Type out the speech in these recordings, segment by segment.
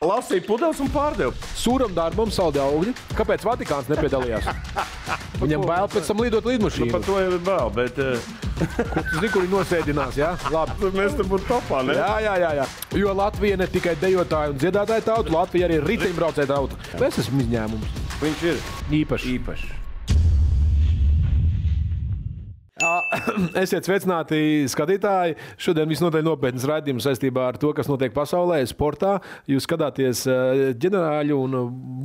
Lasīja pudeles un pārdeva. Sūram darbam saldē augļi. Kāpēc Vatikāns nepiedalījās? Viņam bail pēc tam lidot lidmašīnu. Par Nu, to jau ir vēl, bet eh, Zini, kur viņi nosēdinās, jā? Labi. mēs te būtu topā, ne? Jā, jā, jā, jā. Jo Latvija ne tikai dejotāja un dziedātāja tauta, Latvija arī ir riteņbraucēja tauta. Mēs esam izņēmums. Viņš ir Īpaši. īpašs. Esiet sveicināti, skatītāji. Šodien visnotaļ nopietnas raidījums saistībā ar to, kas notiek pasaulē, sportā. Jūs skatāties eh, ģenerāļu un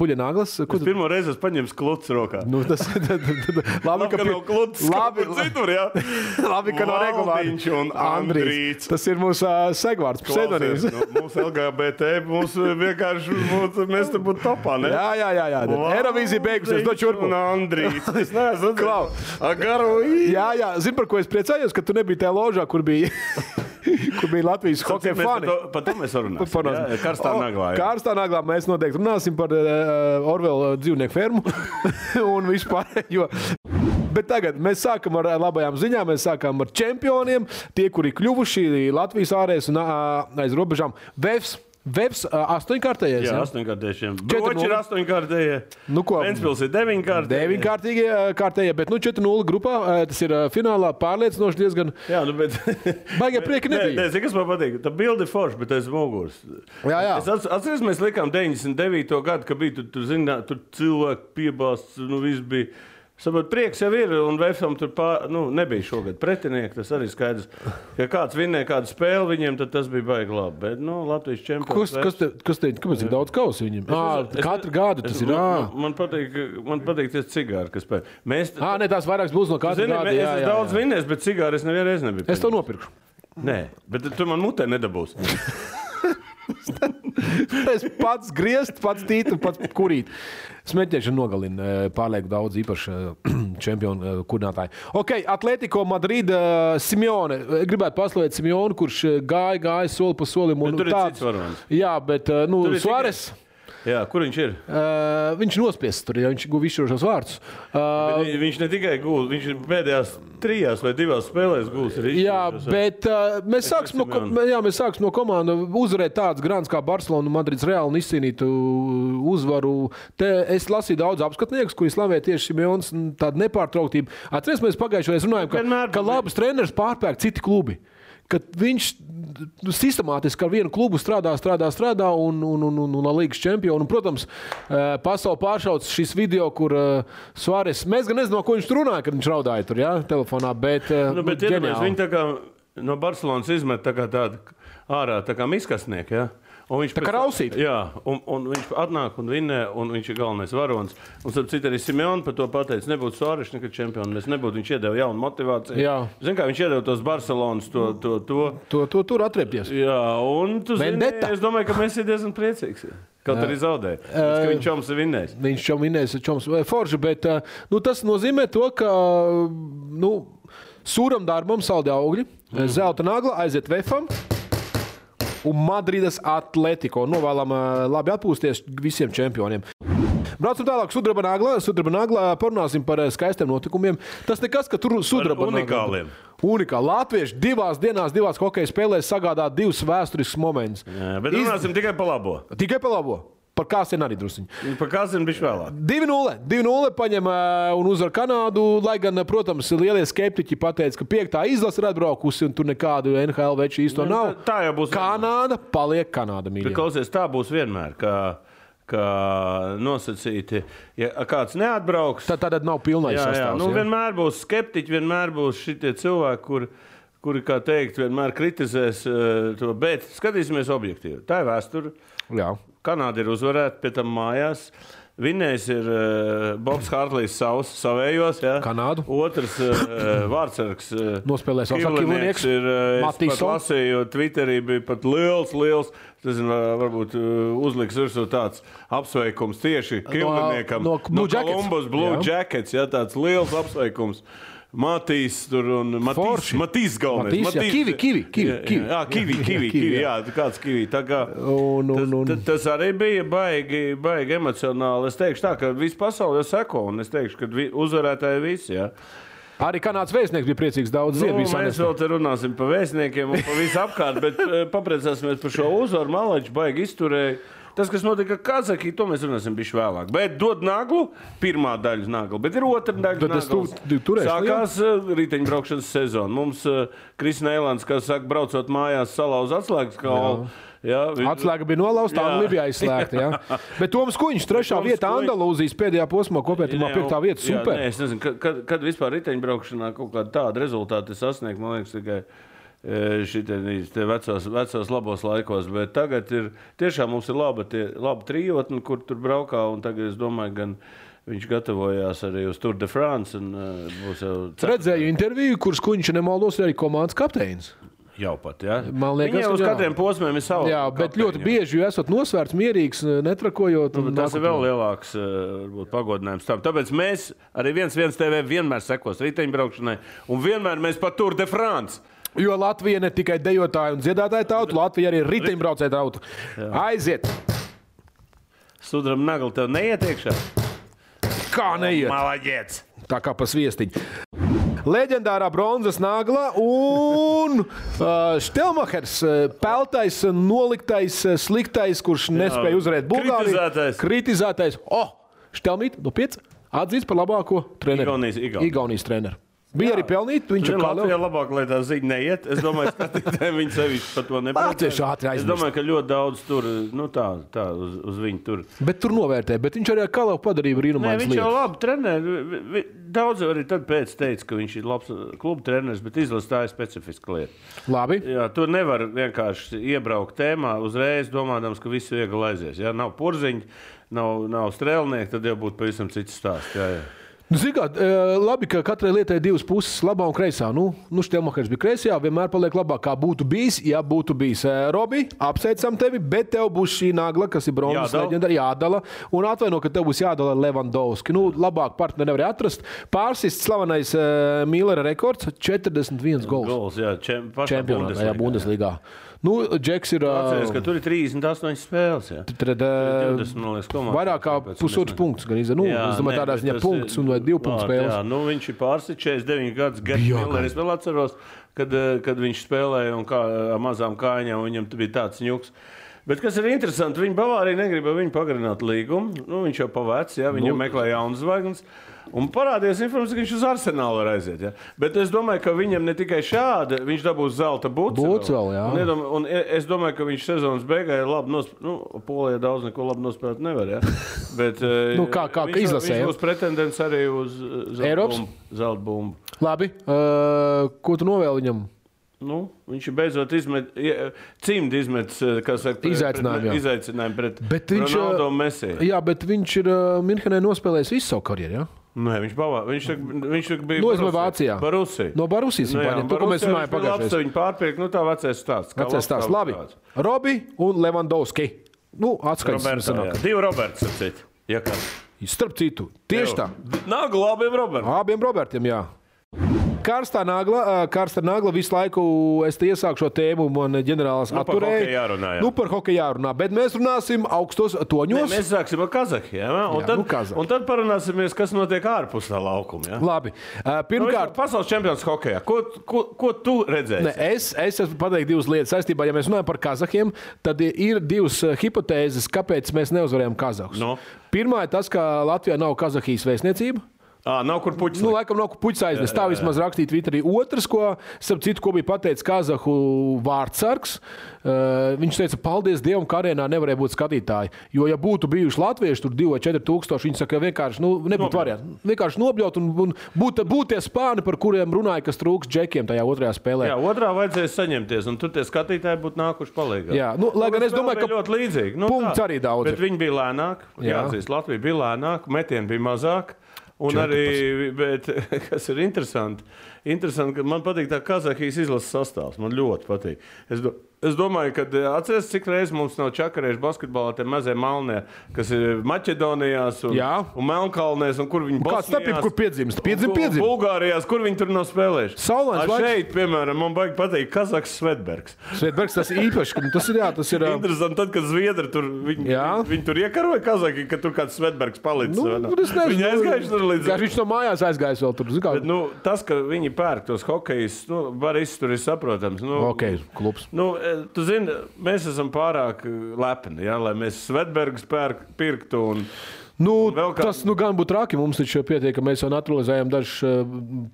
buļbuļsāģis. Kur... Pirmo reizi es paņēmu skluts rokā. Nu, tas ir labi, Labi, ka nav klūts. labi, citur, jā. labi, ka nav Valdiņš regulāri. un Andrīts. Tas ir mūsu uh, segvārds, pseidonīms. Klausies, nu, Mūsu LGBT, mūsu vienkārši, mūsu, mēs te būtu topā, ne? Jā, jā, jā, jā. Eirovīzija beigusies. Dod šurpu. Un Andrīts. Es neesmu Klau. atzinājis. Agaru īri. Jā, jā, zini, par ko es priecājos, ka tu nebiji tajā ložā, kur bija, kur bija Latvijas hokeja Mēs par fani. to- Par to mēs runājam. Parunāsim. Karstā O, naglā. jā. Karstā naglā mēs noteikti runāsim par uh, Orvela dzīvnieku fermu un vispārējo. Bet tagad mēs sākam ar ā, labajām ziņām. Mēs sākam ar čempioniem. Tie, kuri kļuvuši Latvijas ārēs un ā, aiz robežām, Vefs, Vefs ā, astoņkārtējais. Jā, jā? astoņkārtējiem. Četri Broči ir nulle. astoņkārtējie. Nu, ko? Ventspils ir deviņkārtējie. Deviņkārtīgie, ā, kārtējie, bet nu 4-0 grupā. ā, Tas ir ā, finālā pārliecinoši diezgan. Jā, nu, bet. Baigie prieki Nē, nebija. nē, zini, kas man patīk. Tā bilde ir forša, bet aiz muguras. Jā, jā. Es atc- atceros, mēs likām 99. gadu, ka bija tur, tur, zinā, tur cilvēki piebāzts, nu viss bija. Sabat, prieks jau ir, un Vēfam tur pār, nu, nebija šogad pretinieki. Tas arī skaidrs. Ja kāds vinnēja kādu spēli viņiem, tad tas bija baigi labi. Bet, nu, Latvijas Kas, čempions. Vefs- kas, te, kas te ir? Kāpēc tik daudz kausu viņam? Ā, Es- Katru gadu tas es- nu, ir. Man, ā. man patīk, man patīk tie cigāri, kas pēc. Mēs, Ā, nē, tās vairākas būs no katra Zini, gada. mēs, jā, es jā, esmu daudz jā. vinnējis, bet cigāri es nevienu reizi nebiju. Es to nopirkšu. Nē, bet tu man mutē nedabūsi. Es pats griezt, pats tīt un pats kurīt. Smēķēšana nogalina eh, pārlieku daudz īpašu eh, čempionu eh, kurinātāju. Ok, Atletico Madrida Simone. Eh, Gribētu paslavēt Simonu, kurš eh, gāja, gāja soli pa solim. Un, Bet tur un ir tāds- cits varonis. Jā, bet eh, nu, Tur ir tikai- Suarez. Jā, kur viņš ir? Uh, viņš nospiesis tur, ja viņš guva izšķirošos vārdus. Uh, Vi- Viņš ne tikai gūs, viņš ir pēdējās trijās vai divās spēlēs gūs. arī Jā, izšķirošos. bet uh, mēs sāksim no, ko- jā, mēs sāksim no komandas uzvarēt tādas grāmatas kā Barcelona, Madrids Reāla un izcīnītu uh, uzvaru. Te es lasīju daudz apskatnieku, kuri slavē tieši Simons tādu nepārtrauktību. Atcerieties, mēs pagājušajā gadsimtā runājām, ka, Vienmēr ka bija. labus trenerus pārpērk citi klubi. Kad viņš nu, sistemātiski ar vienu klubu strādā, strādā, strādā un, un, un, un, un līgas čempionu. Un, protams, eh, pasauli pāršauts šis video, kur uh, Suāres. Mēs gan nezinām, no ko viņš tur runāja, kad viņš raudāja tur, jā, telefonā. Bet, uh, nu, bet iedomājies, viņi tā kā no Barcelonas izmet tā kā tādu ārā, tā kā miskasnieku. Ja? Un viņš Tā kā pēc- rausīt. Jā, un, un viņš atnāk un vinnē, un viņš ir galvenais varonis. Un, starp citu, arī Simons par to pateica, nebūtu Sārišs nekad čempions. Mēs nebūtu, viņš iedeva jaunu motivāciju. Jā. Zin, kā viņš iedeva tos Barcelonas to. to, to. To, to tur atriepties. Jā, un tu zini, Vendetta. Eh, es domāju, ka mēs esam diezgan priecīgi. Kaut arī zaudēja. Tāpēc, ka Viņš jau mums ir vinnējis. Viņš jau minēja, ka viņš ir forši, bet eh, nu, tas nozīmē to, ka nu, sūram darbam saldē augļi, Mhm. mm. zelta nagla aiziet vefam. Un Madrides Atletico. Novēlam, eh, labi atpūsties visiem čempioniem. Braucam tālāk, sudraba nāglā. Sudraba nāglā parunāsim par eh, skaistiem notikumiem. Tas nekas, ka tur sudraba naglā- unikāliem. Unikāli. Latvieši divās dienās, divās hokeja spēlēs sagādā divus vēsturiskus momentus. Jā, Bet runāsim tikai par labo. Tikai par labo. Par kāsiem arī druskuņi. Par kāzinu bija vēlāk. 2-0, 2-0 paņem ā, un uzvar Kanādu. Lai gan, protams, lielie skeptiķi pateica, ka piektā izlase ir atbraukusi un tur nekādu NHL veču īsto nav. Nu, tā- tā jau būs Kanāda paliek Kanāda. mīļie. Bet klausies, tā būs vienmēr. Ka, ka nosacīti, ja kāds neatbrauks, Tā tad nav pilnais jā, jā, sastāvs. nu, jā. vienmēr būs skeptiķi, vienmēr būs šie cilvēki, kur, kuri, kā teikt, vienmēr kritizēs eh, to. Bet skatīsimies objektīvi. Tā ir vēsture. jā. Kanāda ir uzvarēta, pie tam mājās. Vinnējis ir uh, Bobs Hārlis, savs, savējos. Jā. Kanādu. Otrs uh, vārdsargs. Uh, Nospēlēs Osaku Kivunieks, Ir Matīsons. Matīs. Lasīju, Twitterī bija pat liels, liels. Tas ir varbūt uh, uzliks virsū tāds apsveikums tieši Kivuniekam. no Blue Jackets. Columbus Blue Jā. Jackets. Jā, tāds liels apsveikums. Matīs tur un Matīs. Forši. Matīs galvenais. Matīs, jā. Kivi, kivi, kivi, Jā, Jā, kivi. kivi, Jā, kivi, kivi, kivi. jā. Jā, kāds kivi. Tā kā, Un, nu, un, un. Tas, tas arī bija baigi, baigi emocionāli. Es teikšu, tā, ka visa pasaule jau seko, un es teikšu, ka vi, uzvarētāji visi. Ja? Arī Kanādas vēstnieks bija priecīgs Nu, daudz ziedot. mēs vēl te runāsim par vēstniekiem un par visu apkārt, bet eh, papriecāsimies par šo uzvaru. Malači baigi izturēja. Tas, kas notika Kazahstānā, to mēs runāsim bišķi vēlāk. Bet dod naglu, pirmā daļa nagla, bet ir otra daļa. Tad es naglas. tu- tu turēšu Sākās uh, riteņbraukšanas sezona. Mums uh, Kristina Eilants, kas saka, braucot mājās, salauza atslēgas kaulu. Jā, vi- Atslēga bija nolauzta, Jā. tā bija aizslēgta. Jā. Bet Toms Kuņš, trešā Toms vieta Kuņš- Andalūzijas pēdējā posmā, kopējā Jā, piektā vieta. jā, Super! nē, es nezinu, kad, kad, kad vispār riteņbraukšanā kaut kāda tāda rezultāta sasniegt, man liekas, tikai e, šīs vecās, vecās labos laikos. Bet tagad ir tiešām mums ir laba, tie, laba trijotne, kur tur braukā. un Tagad es domāju, gan viņš gatavojās arī uz Tour de France. Un, eh, būs jau cer- Redzēju interviju, kuras kuņš nemaldos, ir arī komandas kapteinis. Jau pat, ja? Man liekas, Viņiem uz jā. katriem posmiem ir savs. Jā, bet ļoti bieži jūs esat nosvērts, mierīgs, e, netrakojot. un Nu, Tas ir nākotnē. vēl lielāks eh, varbūt, pagodinājums tam. Tāpēc mēs arī viens, viens TV vienmēr sekos riteņbraukšanai, un vienmēr mēs pat Tour de France. Jo Latvija ne tikai dejotāja un dziedātāja tauta, Latvija arī ir riteņbraucēja tauta. Aiziet! Sudraba nagla tev neietiekšā. Kā neiet! Malaģēts! Tā kā pa viestiņu. Leģendārā bronzas nagla un uh, Stelmachers, uh, peltais, uh, noliktais, uh, sliktais, kurš nespēja uzvarēt Bulgāriju. kritizētais. Kritizētais. O, Stelmīt, no pieci atzīst par labāko treneru. Igaunijas- Igaunijas. Igaunijas treneru. Bija arī pelnīt, viņš ir Viņam kalējis. Latvijā labāk, lai tā ziņa neiet. Es domāju, ka viņi sevišķi par to nepriecājas. Latvieši ātri Es aizmirst. domāju, ka ļoti daudz tur, nu tā, tā uz, uz viņu tur. Bet tur novērtē, bet viņš arī ar Kalēju padarīja Nē, brīnumainu viņš jau lietu. labi trenē. Vi- vi- Daudz jau arī tad pēc teica, ka viņš ir labs uh, kluba treneris, bet izlasīja specifisku lietu. Labi. Jā, tur nevar vienkārši iebraukt tēmā uzreiz, domādams, ka viss viegli aizies. Ja nav porziņa, nav, nav strēlnieka, tad jau būtu pavisam cits stāsts. Jā, jā. Zināt, eh, labi, ka katrai lietai ir divas puses, labā un kreisā. Nu, nu Štelmakers bija kreisajā, vienmēr paliek labāk, kā būtu bijis, ja būtu bijis. Ē, Robi, apsveicam tevi, bet tev būs šī nagla, kas ir bronzas Jādala. leģenda, jādala. Un atvaino, ka tev būs jādala Levandovski. Nu, labāk partneri nevar atrast. Pārsist slavenais uh, Mīlera rekords - 41 gols. Gols, jā, čem, pašā Čempionātā, jā, Bundesligā. Bundesligā. Nu, Džeks ir. eh, Atceries, ka ā, tur ir 38 spēles. Jā. Tad, ā, 20, man liekas, komandas. Vairāk kā Tāpēc pusotrs mēs- punkts. Gan, nu, jā, es domāju, nē, tādā bet ziņā tas punkts ir- un vai divu punktu Vārds, spēles. Jā, nu, viņš ir pārsi 49 gadus gada. Es vēl atceros, kad, eh, kad viņš spēlēja un kā, ar mazām kājām, un viņam bija tāds ņuks. Bet kas ir interesanti, viņi Bavārija negribēja viņu pagarināt līgumu. Nu, viņš jau pavēcis, ja, viņi nu, meklē jaunu zvaigzni. Un parādījās informācija, ka viņš uz arsenālu var aiziet. Ja. Bet es domāju, ka viņam ne tikai šāda, viņš dabūs zelta būtu. Bucu vēl, jā. Un, iedomā, un e- es domāju, ka viņš sezonas beigās ir labi nospēlējis. Nu, Polijā daudz neko labi nospēlēt nevar. Ja. Bet, eh, Nu, kā- kā- viņš- kā izlasē, viņš ja? būs pretendents arī uz eh, zelta Eiropas? bumbu- Zelta bumbu. Labi, uh, ko tu novēli viņam? Nu, viņš ir beidzot izmet, ie- cimdi izmetis eh, kā saka, pret- Izaicinājumu, pret- jā. izaicinājumu pret Bet viņš, Ronaldo eh, un Messi. Jā, bet viņš ir uh, Münchenē nospēlējis visu savu karjeru. Ja? Nē, Nu, viņš, pavā, viņš, tak- viņš tak bija Nu, es domāju, Borussia- Vācijā. Borussia. No Barusijas Nu viņa jā, pārņēma to, ko mēs Borussia runājām viņš bija labs, pagājušajā gadā. Viņu pārpirka, nu tā vecais stāsts. kā Vecais labs, stāsts. kā Labi, tāds. Robi un Levandovski. Nu, Roberts, atskaņas jā. Divi Roberts, ap citu. Ja kā. Starp citu, tieši tā. Nāgu labiem Roberts. Abiem Robertiem, jā. Karstā nagla, ā, karstā nagla visu laiku es te iesāku šo tēmu, man ģenerālis Nu, par hokeju jārunā, jā. Nu, par hokeju jārunā, bet mēs runāsim augstos toņos. Mēs sāksim ar Kazahstānu. Ja? Un, Jā, tad- nu, Kazahstāna. un tad parunāsimies, kas notiek ārpus tā laukuma. Ja? Labi, ā, Nu, pirmkārt, vispār pasaules čempions hokeja. Ko, ko, ko tu redzēji? Ne, es, es esmu pateicis divas lietas. Saistībā, ja mēs runājam par Kazahiem, tad i- ir divas eh, hipotēzes, kāpēc mēs neuzvarējām Kazahus. Nu? Pirmā ir tas, ka Latvijā nav Kazahijas vēstniecība. À, nav kur puķis. Nu, Nu, laikam nav puķa aiznes. Tā vismaz rakstīja Twitterī. Otrs, ko, starp citu, ko bija pateicis Kazahu vārdsargs, eh, viņš teica, paldies Dievam, ka arēnā nevarēja būt skatītāji. Jo, ja būtu bijuši latvieši, tur 2 vai 4 tūkstoši, viņi saka, vienkārši, nu, nebūtu variantu. Vienkārši nobļaut un, un būt, būt tie spāni, par kuriem runāja, kas trūks džekiem tajā otrajā spēlē. jā, otrā vajadzēja saņemties, un tur tie skatītāji būtu nākuši palīgā. Jā, nu, lai gan es domāju, ka ļoti līdzīgi. Nu, punkts arī daudz Bet viņi bija lēnāki. Jā, Jā. atzīst, Latvija bija lēnāka, metieni bija mazāk. Un arī, bet, kas ir interesanti, interesanti, ka man patīk tā Kazahijas izlases sastāvs. Man ļoti patīk. Es, do, es domāju, ka atcerieties, cik reizes mums nav čakarējuši basketbolā tie mazie malnie, kas ir Maķedonijās un, Jā. un Melnkalnēs, un kur viņi Kāda starpība, kur piedzimst? Piedzim, piedzim. Bulgārijās, kur viņi tur nav spēlējuši. Saulains Ar laiks. Šeit, piemēram, man baigi patīk Kazahs Svetbergs. Svetbergs tas ir īpaši, ka nu, tas ir, jā, tas ir. ā, Interesanti, tad, kad Zviedri tur, viņi, Jā. viņi, viņi tur iekaroja Kazahstānu, ka tur kāds Svetbergs palicis. Nu, vai ne? nu, es nezinu, Viņi aizgājuši tur līdz Vienkārši Viņš no mājās aizgājis vēl tur. zini Kā, Bet, nu, tas, ka viņi pērk tos hokejus, nu, var izturēt, saprotams. Nu, Hokeja klubs. Nu, e, tu zini, mēs esam pārāk uh, lepni, ja, lai mēs Svetbergas pērk- pirktu. Un, Nu, Un vēl kā- tas nu, gan būtu traki. Mums taču pietiek, ka mēs jau naturalizējam dažus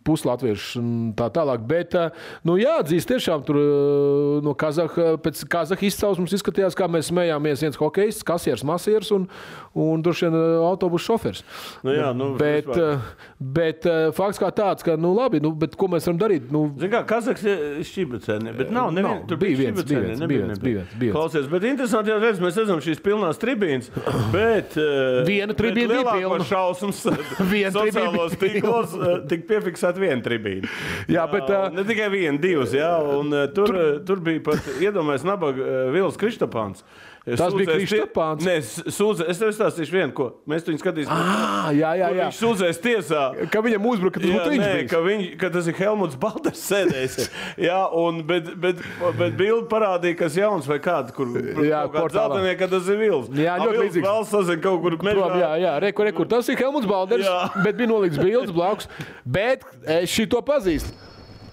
puslatviešus un tā tālāk. Bet, eh, nu, jāatzīst, tiešām tur eh, no Kazahas, pēc Kazahas izcelsmes izskatījās, kā mēs smējāmies viens hokejs, kasieris, masieris un, un droši vien eh, autobusu šofers. nu, jā, nu, Bet, vispār. eh, bet eh, fakts kā tāds, ka, nu, labi, nu, bet ko mēs varam darīt? Nu, Zini, kā Kazahs ir šķibacēni, bet nav neviena. Eh, nav, Tur bija bija viens, bija viens, šķibacēni, nebija bija viens, bija nebija. viens, bija viens. Klausies, bet interesanti, ja redz, mēs redzam šīs pilnās tribīnes, bet... eh, Viena tribīne bet bija lielāko pilna. šausmas eh, Viena tribīne bija sociālos tīklos eh, tik piefiksēt viena tribīne. Jā, bet, Jā, eh, Ne tikai viena, divas, jā, un eh, tur, eh, tur bija pat iedomājies nabaga eh, Vils Krištapāns. Tas Sūdzēs bija tie- Krištapāns? Nē, sūdzē, es tev stāstīšu vienu, ko mēs viņu skatīsim. ā, jā, jā, Kur Ah, jā. Viņš sūdzēs tiesā. Ka viņam uzbruka tas Jā, nē, būtu nu viņš. ka, viņ, ka tas ir Helmuts Balters sēdējis. jā, un, bet, bet, bet bildi parādīja, kas jauns vai kāds, kur Jā, kaut kāds portālā. zeltenie, ka tas ir Vils. Jā, ļoti līdzīgs. Vils sazina kaut kur mežā. Prom, jā, jā, re, kur, re, kur. tas ir Helmuts Balders. Jā. Jā. Bet bija nolikts bildes blakus. Bet e, šī to pazīst.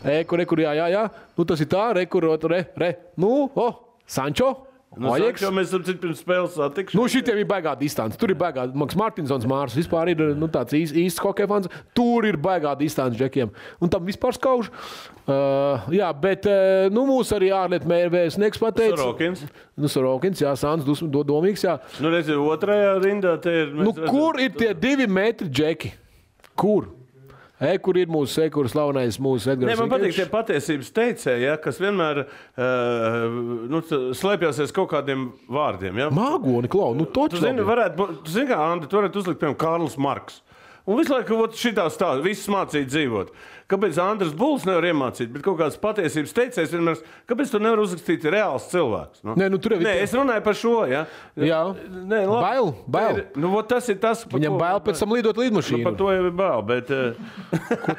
E, kur, re, kur, jā, jā, jā. Nu, tas ir tā, re, kur, ot, re, re. Nu, oh, Sančo. Nu, Nu, saka, jo mēs tam citam pirms spēles satikšu. Nu, šitiem ir baigā distance. Tur ir baigā. Maks Martinsons, Mārs, vispār ir nu, tāds īs, īsts hockey fans. Tur ir baigā distance džekiem. Un tam vispār skauž. Uh, jā, bet uh, nu, mūsu arī ārlietu mērķis pateica. Sorokins. Nu, Sorokins, jā, Sāns, dusmu, do, domīgs. Jā. Nu, redziet, otrajā rindā te ir. mēs Nu, redzam- kur ir tie divi metri džeki? Kur? E, kur ir mūsu e-kurs slavenais, mūsu Nē, Edgars? man patīk tie patiesības teicēji, ja, kas vienmēr uh, nu, t- slēpjas aiz kaut kādiem vārdiem. Ja. Māgoni, klau, nu Tu toču. zini, labi. varētu, būt- tu zini, kā Andi, tu varētu uzlikt, piemēram, Kārlis Marks. Un visu laiku šitā stāstā, viss mācīt dzīvot. Kāpēc Andris Bulls nevar iemācīt, bet kaut kādas patiesības teicējas vienmēr, kāpēc tu nevari uzrakstīt reāls cilvēks? Nu? Nē, nu tur jau ir Nē, tie- es runāju par šo, ja? Jā. Nē, labi. Bail, bail. Te ir- Nu, vot tas ir tas, par Viņam ko- bail pēc tam lidot Nu, lidmašīnu. par Nu, to jau ir bail, bet eh,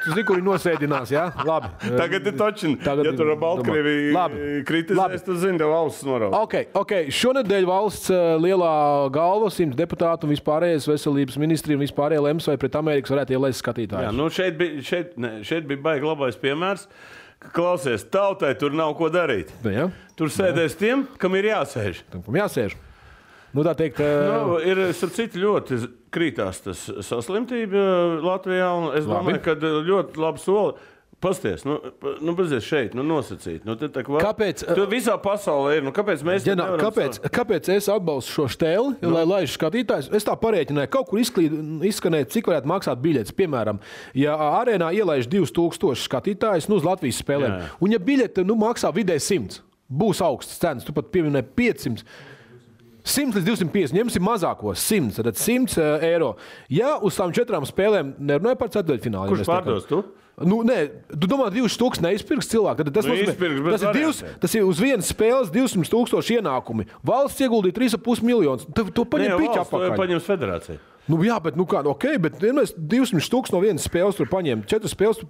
tu zini, kur viņi nosēdinās, jā? Labi. tagad ir točin. Eh, Tagad ja ir- tur ar Labi. Baltkrieviju Labi. kritizēs, tad zini, tev ausis norauž. Ok, ok. Šonadēļ valsts eh, lielā galva, simts deputātu un vispārējais veselības ministri un vispārējais lems, vai pret Amerikas varētu Jā, ielaist skatītājus. nu šeit bija, šeit, ne, šeit bija baigi labais piemērs. ka, Klausies, tautai tur nav ko darīt. Nu, jā. Tur sēdēs tiem, kam ir jāsēž. Tam kam jāsēž. Nu, tā teikt, Nu, ir starp citu ļoti z- krītās tas saslimtība eh, Latvijā. un Es Labi. domāju, ka ļoti labi soli. Pasties, nu, pa- nu pazies šeit, nu nosacīt. Nu, te tā kā- Kāpēc, eh, Tur visā pasaulē ir. Nu, kāpēc mēs Ja, te nā, nevaram kāpēc, sa- kāpēc es atbalstu šo stēli, nu. lai laistu skatītājus? Es tā parēķināju, kaut kur izklīd, izskanēja, cik varētu maksāt biļetes. Piemēram, ja arēnā ielaiž 2000 skatītājus nu, uz Latvijas spēlēm, jā. Jā. un ja biļete nu, maksā vidēji 100, būs augsts cenas, tu pat pieminēji 500. 100 līdz 250, ņemsim mazāko 100, tad 100 eh, eiro. Ja uz tām četrām spēlēm nerunājam par ceturtfinālu, Kurš pārdos tu? Nu, nē, tu domā, 200 tūkstoši neizpirks cilvēku. Tad tas, Nu, nozīmē, izpirks, bet tas, ir divs, variantiem. tas ir uz vienas spēles 200 tūkstoši ienākumi. Valsts ieguldīja 3,5 miljonus. Tad to Nē, paņem piķa valsts to jau apakšā. paņems federācija. Nu, jā, bet nu kā, nu, ok, bet vienmēr 200 tūkstoši no vienas spēles tur paņem. Četras spēles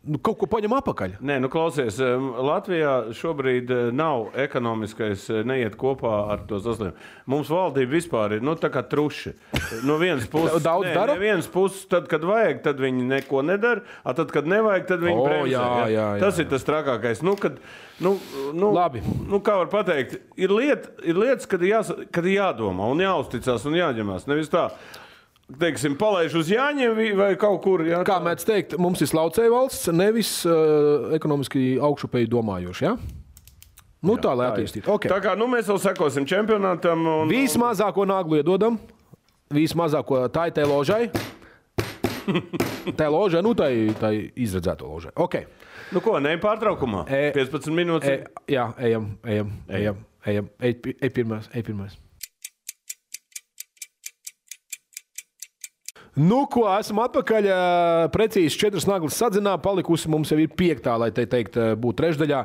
nu, kaut ko paņem apakšā. Nē, nu klausies, em, Latvijā šobrīd eh, nav ekonomiskais, eh, neiet kopā ar to saslimumu. Mums valdība vispār ir nu, tā kā truši. No vienas puses, Daudz nē, dara? No vienas puses, tad, kad vajag, tad viņi neko nedara, a tad, kad nevajag, tad viņi O, bremzē. jā, ja? jā, jā, Tas ir tas trakākais. Nu, kad, nu, nu, Labi. Nu, kā var teikt, ir, liet, ir lietas, kad ir, jās, kad ir jādomā un jāuzticas un jāņemās. Nevis tā, teiksim, palaiž uz Jāņiem vi- vai kaut kur. Jā, Kā tā. mēs teikt, mums ir slaucēja valsts, nevis uh, ekonomiski augšupēji domājoši. Ja? Nu, jā, tā lai attīstītu. Okay. Tā kā nu, mēs vēl sekosim čempionātam. Un, Vismazāko naglu iedodam, vismazāko tā ir tai ložai. Tā ir loža, nu tā ir tā izredzēta loža. Okay. Nu, ko ne pārtraukumā? E- E, 15 minūtes. E, E, jā, ejam, ejam, ejam. ejam. Ej, pi- ej pirmais, ej pirmais. Nu, ko esam atpakaļ. ā, Precīzi četras naglas sadzinā, palikusi mums jau ir piektā, lai te teikt, ā, būtu trešdaļā.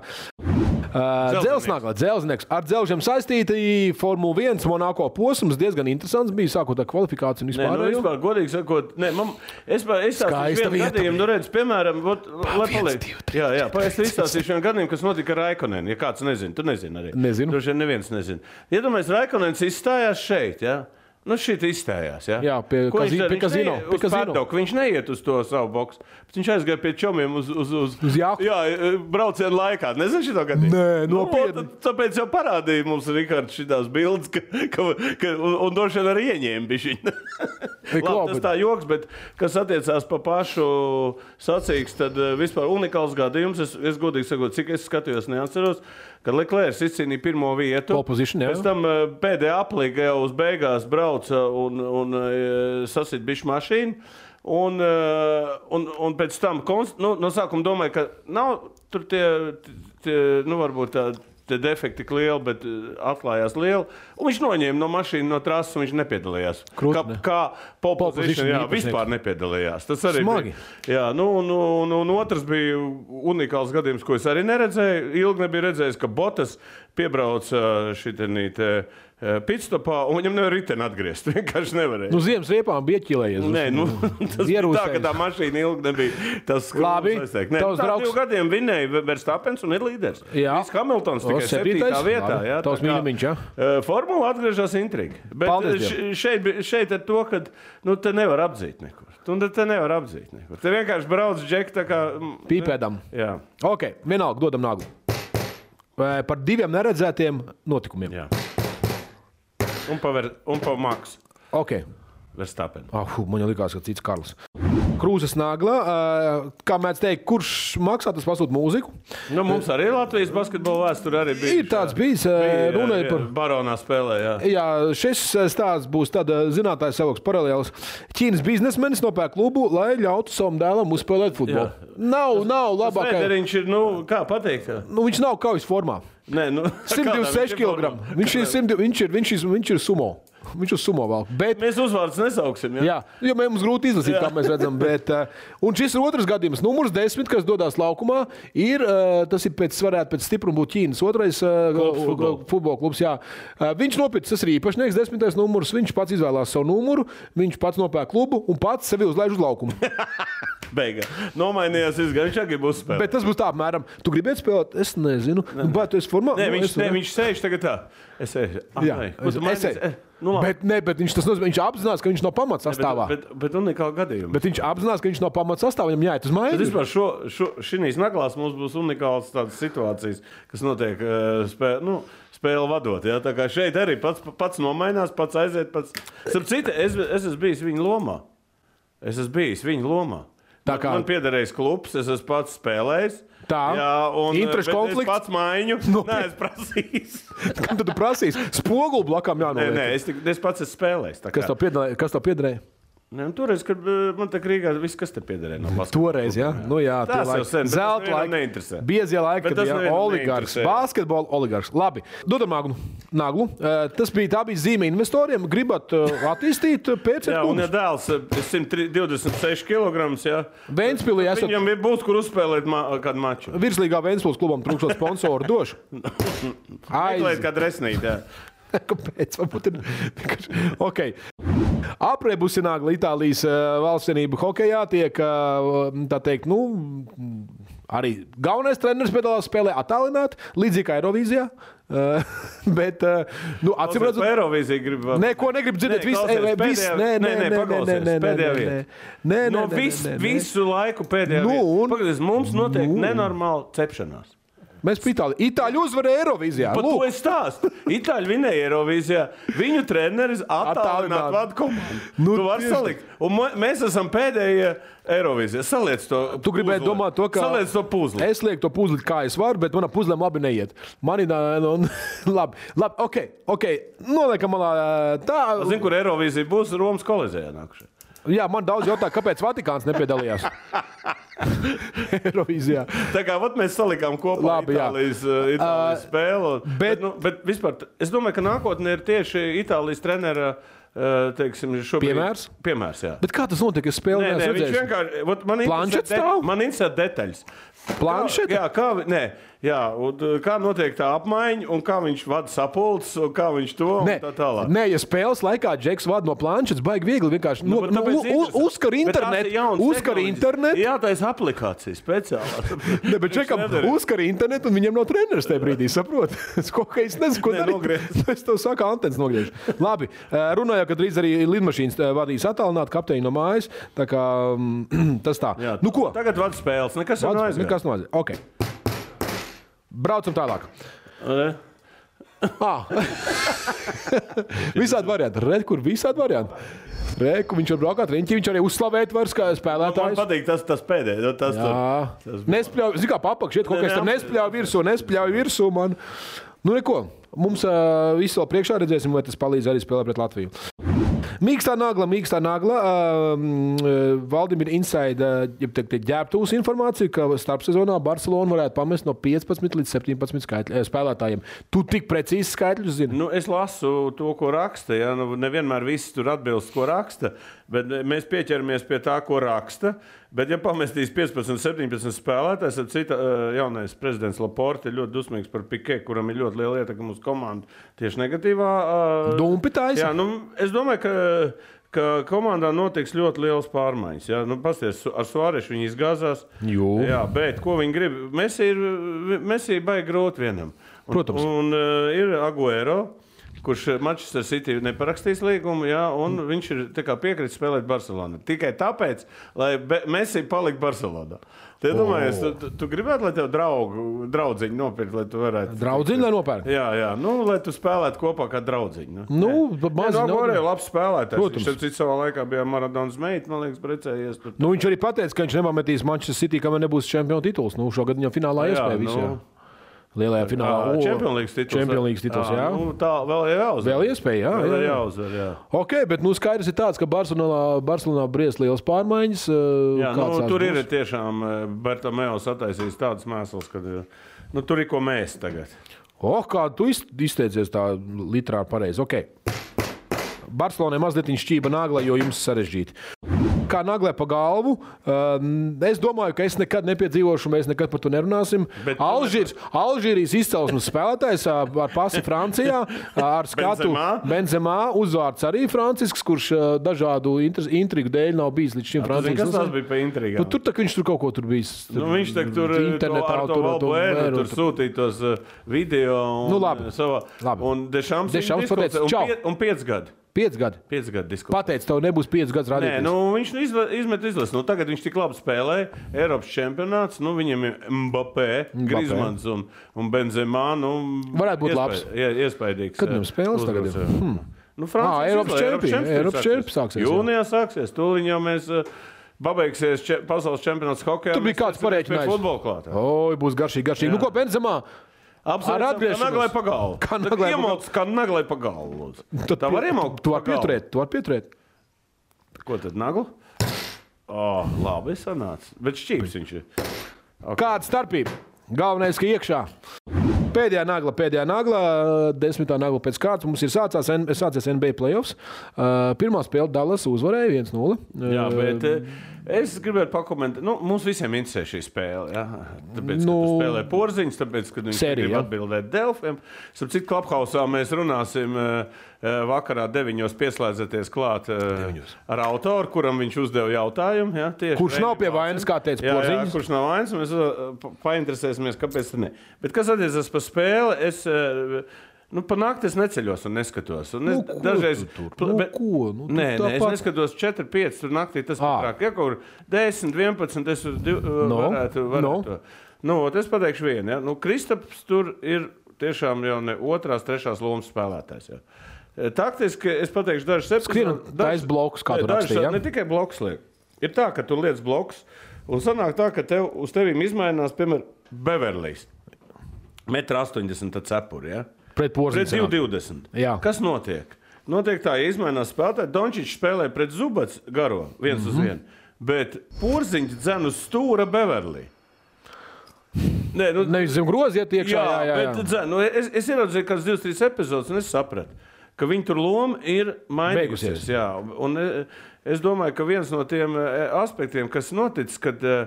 Dzelzceļā, dzelzceļā ar dzelzceļiem saistīta Formule 1 monēto posms. Diezgan interesants bija sākot ar kvalifikāciju un Nē, nu, vispār. vispār, godīgi sakot, nē, man, es Skaista domāju, vieta. ka gadījumā, nu, redz, piemēram, ot, lai viens, paliek. divi, Jā, jā, pa- es izstāstīšu vienu gadījumu, kas notika ar Raikonēnu. Ja kāds nezina, tu nezini arī. Nezinu. Droši vien neviens nezina. Iedomājieties, Raikonēns izstājās šeit. Ja? Nu, šī izstājās. Ja? Jā, pie Ko viņš kazi- darīja? pie Viņš kazino, neiet pie uz kazino. pārdoku, Viņš neiet uz to savu boksu. bet Viņš aizgāja pie čomiem uz, uz, uz, Uz jaku. Jā, e, brauciena laikā. Nezinu, šī tā gadījumā. Nē, nopietni. tāpēc jau parādīja mums Rikārds šīs bildes, ka, ka, ka, un, un droši vien arī ieņēma bišķiņu. Ei, klau, Labi, tas bet- tā joks, bet kas attiecās pa pašu sacīks, tad eh, vispār unikāls gadījums. Es, es godīgi sakot, cik es skatījos, neatceros, kad Leclerc izcīnīja pirmo vietu. Pole position, jā. Pēc tam eh, pēdējā aplīga jau uz beigās brauca un, un eh, sasita bišu mašīnu. Un, eh, un, un pēc tam konst, nu, no sākuma domāju, ka nav tur tie, tie nu, varbūt tādi. Tie defekti tik lieli, bet eh, atklājās liela. Un viņš noņēma no mašīnas, no trases, un viņš nepiedalījās. Krūti, Kā- ne? kā Pole position popozicija īpašnieks. vispār nepiedalījās. Tas arī Smagi. bija. Jā, nu, un, un, un otrs bija unikāls gadījums, ko es arī neredzēju. Ilgi nebija redzējis, ka Botas piebrauca šitenīt pitstopā, un viņam nevar riteni atgriezt. Vienkārši nevarēja. Nu, ziemas riepām bija ķīlējies. Nē, nu, tas bija tā, Ierūsējis. ka tā mašīna ilgi nebija. Tas Labi, Nē, tavs tavs draugs- draugs. Divu gadiem vinēja Verstapens un ir līderis. Jā. Viss Hamiltons O, tikai septītais? 7. vietā. Labi, Jā, tavs tā kā, mīļumiņš, jā. eh, Formula atgriežas intriga. Bet Paldies eh, š- šeit, bi- šeit ar to, ka nu, te nevar apdzīt nekur. Tu te nevar apdzīt nekur. Te vienkārši brauc džek tā kā... mm, Pīpēdam. Jā, Ok, vienalga, dodam nāgu. Vai Par diviem neredzētiem notikumiem. jā. Un pa, ver, un pa Maksu Ok, Verstapenu. oh, man jau likās, ka cits Karls. Krūzes nāglā, ā, kā mēdz teikt, kurš maksā, tas pasūta mūziku. Nu, mums arī Latvijas basketbola vēsture arī bija. Ir tāds bijis, eh, Bija, jā, runājot jā, par Baronā spēlē, jā. Jā, šis eh, stāsts būs tāds zinātnēs, savāks paralēlis. Ķīnas biznesmenis nopērk klubu, lai ļautu savam dēlam uzspēlēt futbolu. Jā. Nav, nav labākais. Federiņš ir, nu, kā pateikt, ka- Nu, viņš nav kaujas formā. Nē, nu, kādā viņš 126 ir kg. formā? Viņš ir, 100, viņš, ir, viņš, ir, viņš ir sumo. Viņš ir sumo vēl. Bet, Mēs uzvārdus nesauksim. Jā. jā, jo mēs- mums grūti izlasīt, kā mēs redzam. Bet, eh, un šis ir otrs gadījums, numurs 10, kas dodas laukumā, ir eh, tas ir pēc, varētu pēc stipruma būt Ķīnas otrais Klubs futbola. klubs, futbola klubs. Jā. Eh, Viņš nopirka, tas ir īpašnieks, desmitais numurs. Viņš pats izvēlējās savu numuru, viņš pats nopērk klubu un pats sevi uzlaiž uz laukumu. Beigās. Nomainījās izgaisa, viņš arī būs spēlējis. Bet tas būs tā, apmēram. Tu gribētu spēlēt, es nezinu, vai tu esi formā. Nē, Nu, viņš, es nē, varu. viņš sēž tagad tā. Es sēžu. Ah, Jā, nē, ko es, tu es, mainīsi? Eh, nu, nu, labi. bet, ne, bet viņš, tas nozīmē, viņš apzinās, ka viņš nav pamatsastāvā. bet, Bet, bet, bet unikāli gadījumi. bet, bet viņš apzinās, ka viņš nav pamatsastāvā. Viņam jāiet uz Tad mājām. Vispār šo, šo, šīs naglās mums būs unikāls tādas situācijas, kas notiek eh, spē, nu, spēle vadot. Jā, tā kā šeit arī pats, pats nomainās, pats aiziet. Pats... Starp citu, es, es esmu bijis viņa lomā. Es esmu bijis viņa lomā. Tā kā- Man piederējis klubs, es esmu pats spēlējis. Tā. jā, un eh, Interešu bet konflikts? Es pats maiņu. Nu, Nē, es prasīju. Kam tad tu prasīs? Spoguli blakām nē, nē, jānoliek. es, tik, es pats esmu spēlējis. tā Kas kā. tev piedalē- Kas tev piederēja? Nē, un Toreiz, kad eh, man te Rīgā viss, kas te piederēja no pasaules. Toreiz, jā, nu jā, tie Tas jau laiki. sen, bet tas zelta nevienam laika. neinteresē. Biezie laiki, Bet kad tas bija nevienam oligarhs, neinteresē. basketbola oligarhs. Labi, dodam naglu. naglu. Eh, Tas bija, tā bija zīme investoriem. Gribat eh, attīstīt eh, Jā, un ja pēctecu? dēls eh, 126 kg. Jā, Ventspīlī esat viņam ir būs, kur uzspēlēt ma eh, kādu maču. virslīgā Ventspils klubam trūkstot sponsoru došu. Meklēt Aiz, kādu resnīti. jā. Kāpēc? Varbūt ir vienkārši. Okay. Aprebus ir nāga Itālijas eh, valstsienība hokejā. Tiek, eh, tā teikt, nu, mm, arī galvenais treneris piedalās spēlē attālināti, līdzīgi kā Eirovīzijā. Eh, Bet, eh, nu, acīm Tāpēc redzot, Eirovīzija grib. eh, vēl- neko negrib dzirdēt. Nē, Viss, klausies, ej, ej, viss, pēdējā- nē, nē, nē, nē, nē, nē, nē, paklausies, nē, nē, pēdējā nē, vieta. nē, nē, No nē, vis, nē, nē. visu laiku pēdējā. Nu, Nu, un- un... Pagaidz, mums notiek nu. nenormāli cepšanās. Mēs par Itāliju. Itāļu uzvarē Eirovīzijā. Par to Lūk, es stāstu. Itāļi vinēja Eirovīzijā. Viņu treneris Attālināt. attālināti vada komandu. Nu, Nu, tu vari tieši tā. salikt. Un mo- mēs esam pēdējie Eirovīzijā. Saliec to. Tu gribēji puzli. domāt, to, ka Saliec to puzli. Es lieku to puzli, kā es varu, bet manā puzlē labi neiet. Man ir no, labi, labi, ok, ok. Noliekam, malā ā, tā. Zinu, kur Eirovīzija būs Romas kolizijā nākušajā. Jā, man daudz jautā, kāpēc Vatikāns nepiedalījās Eirovīzijā. Tā kā vat mēs salikām kopā Labi, jā. Itālijas, uh, Itālijas uh, spēli. Bet, bet- bet, nu, bet vispār, t- es domāju, ka nākotnē ir tieši Itālijas trenera uh, teiksim, šobrīd, Piemērs? Piemērs, jā. Bet kā tas notiek? Es Nē, spēlēju, nē, es viņš redzēju, vienkārši. Vat, man interesē Planšets de- stāv? Man interesē detaļas. Planšeta? Kā, jā, kā, vi- nē, jā, un, uh, kā notiek tā apmaiņa, un kā viņš vada sapulces, un kā viņš to un Nē, tā tālāk. nē, ja spēles laikā džeks vada no planšetes, baigi viegli vienkārši nu, Bet nu, tāpēc u- u- interesanti. uzkar Bet tās ir internetu. jaunas Uzkar tehnoloģijas. internetu. Jā, tā ir aplikācija speciāla. Ne, bet čekam, uzkar internetu, un viņam nav treneris tajā brīdī, saprot? Es kaut kā es nezinu, ko Nē, darīt. nogriez. Es tev saku, antenas nogriež. Labi, eh, runājot Jā, kad drīz arī lidmašīnas eh, vadīs attālināti kapteini no mājas. Tā kā mm, tas tā. Jā, nu ko? Tagad vada spēles. Nekas jau nav Vats- aizgājis. Nekas nozīmē. Okay. Braucam tālāk. Ne? Ah. visādi varianti. Redz, kur visādi varianti. Reku, viņš var braukt ar riņķi, viņš arī uzslavēt var Nu, kā Man spēlētājs. patīk tas, tas pēdējais. nu, Tas, tas, Jā, nespļauj, zini, kā papakšķi, iet kaut Ne, kas tam ne, nespļauj virsū, nespļauj virsū man. Nu, neko. Mums uh, viss vēl priekšā redzēsim, vai tas palīdz arī spēlēt pret Latviju. Mīkstā nagla, mīkstā nagla. Uh, Valdim ir inside, uh, jeb tiek tiek ģērbtūs informācija, ka starpsezonā Barcelona varētu pamest no 15 līdz 17 skaitļu, eh, spēlētājiem. Tu tik precīzi skaitļus zini. Nu, es lasu to, ko raksta. Ja? Nu, nevienmēr viss tur atbilst, ko raksta. Bet eh, mēs pieķeramies pie tā, ko raksta. Bet, ja pamestīs 15, 17 spēlētājs, tad cita, eh, jaunais prezidents Laporte ir ļoti dusmīgs par Pikē, kuram ir ļoti liela ietekme uz komandu tieši negatīvā. eh, Dumpitājs. Jā, nu, es domāju, ka, ka komandā notiks ļoti liels pārmaiņas. Jā, nu, pasties, Su- ar Suārešu viņi izgāzās. Jū. Jā, bet ko viņi grib? Mēs ir, mēs ir baigi grūti vienam. Un, Protams. Un, uh, ir Aguero. Kurš Manchester City neparakstīs līgumu, jā, un viņš ir tā kā piekritis spēlēt Barcelonā. Tikai tāpēc, lai be- Messi paliktu Barcelonā. Te, domājies, tu, tu, tu gribētu, lai tev draugu, draudziņu nopirkt, lai tu varētu. Draudziņi, lai nopērk. Jā, jā, nu, lai tu spēlētu kopā kā draugiņu. Nu, Nu, Nē. maz Nē, nav- no Gorija ir labs spēlētājs. Protams. Protams. Viņš cits savā laikā bija Maradonas meita, man liekas, precējies. Tur. Nu, viņš arī pateica, ka viņš nepametīs Manchester City, kamēr nebūs čempionu tituls. Nu, šogad viņam finālā Jā, iespēja visā. nu. Lielajā finālā. O, Čempionlīgas tituls. Champions League tituls, jā. Nu, tā vēl ir jāuzvar. Vēl iespēja, jā, Vēl jā, ir jā. jāuzvar, jā. Ok, bet nu, skaidrs ir tāds, ka Barcelonā, Barcelonā briesmas liels pārmaiņas. eh, jā nu, kāds tās tur būs? ir tiešām Bertomeo sataisījis tādas mēslas, ka nu, tur ir ko mēs tagad. O, kā tu iz- izteicies tā literāli pareizi. Okay. Barcelonai mazliet šķība nagla, jo jums sarežģīti. Kā naglē pa galvu, um, es domāju, ka es nekad nepiedzīvošu, mēs nekad par to nerunāsim. Bet- Alžīrs, Alžīrijas izcelsmes spēlētājs ā, ar pasi Francijā, ā, ar skatu Benzemā? Benzemā, uzvārds arī Francisks, kurš ā, dažādu inter- intrigu dēļ nav bijis līdz Tu šim Zini, Francijas. kas tas noslēgumā. bija par intrigām? Nu, tur tak viņš tur kaut ko tur bijis. Nu, viņš tak tur internetā internetā to, ar to mēru, Valbuenu, tur sūtīja tos eh, video. Un, Nu, labi. Savā, Labi. Un Dešams, viņu Dešams pateica, diskotē, un "Čau." pie- Un 5 gadi. Piec gadi. 5 gadi diskutē. Pateicis, tev nebūs 5 gadus Nē, radīt. nu, viņš nu izla, izmet izlases. Nu, tagad viņš tik labi spēlē Eiropas čempionāts. Nu, viņam ir Mbappé, Grismans un, un Benzemā. Nu, Varētu būt labs. Jā, iespaidīgs. Kad viņam spēles tagad ir? Hmm. Nu, Ā, Francijas Eiropas izlase, čempion- Eiropas čempions sāksies, jā. Jūnijā sāksies. Tūlīt jau mēs uh, pabeigsies če, pasaules čempionāts hokeja. Tur bija kāds pareiķinājis. Futbola klāta. Oi, būs garšīgi, garšīgi. Nu, ko Benzemā? Absolūti. atgriešanos. Kā naglai pa galvu. Kā Tad naglai pa Iemalc, kā naglai pa galvu. lūdzu. Tā var iemaukt. Tu vari pieturēt, tu vari pieturēt. Ko tad nagla? Oh, labi, sanāca. Bet šķīps viņš ir. Kāda starpība? Galvenais, ka iekšā. Pēdējā nagla, pēdējā nagla, desmitā nagla pēc kārtas mums ir sācās, N- sācies NBA playoffs. Uh, Pirmā spēle Dallas uzvarēja 1-0. Jā, Uh, bet eh, es gribētu pakomentēt, nu, mums visiem interesē šī spēle. Jā. Tāpēc, nu, Nu, ka tu spēlē porziņš, tāpēc, ka viņš sērija, grib jā. atbildēt Delfiem. Starp citu, klaphausā mēs runāsim eh, eh, vakarā deviņos pieslēdzaties klāt eh, ar autoru, kuram viņš uzdeva jautājumu. Jā, tieši Kurš nav Reini pie vainas, kā teica Jā, jā, Porziņš? kurš nav vainas, mēs uh, pa- painteresēsimies, kāpēc tā ne. Bet kas attiecas par spēli, es uh, nu, pa nakti es neceļos un neskatos. Un es Nu, ko dažreiz tu tur? Nu, ko? Nu, tu nē, nē, es tāpat- neskatos 4, 5 tur naktī. Tas Ā. patrāk, ja kaut kur 10, 11, es uz div, uh, No, varētu, no. varētu. No. Nu, ot, es pateikšu vienu. Ja? Nu, Kristaps tur ir tiešām jau ne otrās, trešās lomas spēlētājs. Ja? E, Taktiski es pateikšu dažas sekundes. Skrien, taisa blokus, kā tu rakstīji, ja? Ne tikai bloks liek. Ir tā, ka tu liec bloks, un sanāk tā, ka tev, uz tevīm izmainās, piemēram, Beverlijs. Metra 80 cepuri. Ja? Pret Pret porziņu. 220. Jā. Kas notiek? Notiek tā, ja izmainās spēlētāji, Dončits spēlē pret Zubats garo viens mm -hmm. uz vienu, bet Pūriņš dzēna uz stūra Beverlī. Nē, nu, Nevis zem groziet iekšā. jā, Jā, jā, jā. bet dzē, nu, es, es ieraudzīju, kas 23 epizodes, un es sapratu, ka viņa tur loma ir mainījusies. Beigusies. Jā, un e, es domāju, ka viens no tiem e, aspektiem, kas noticis, kad e,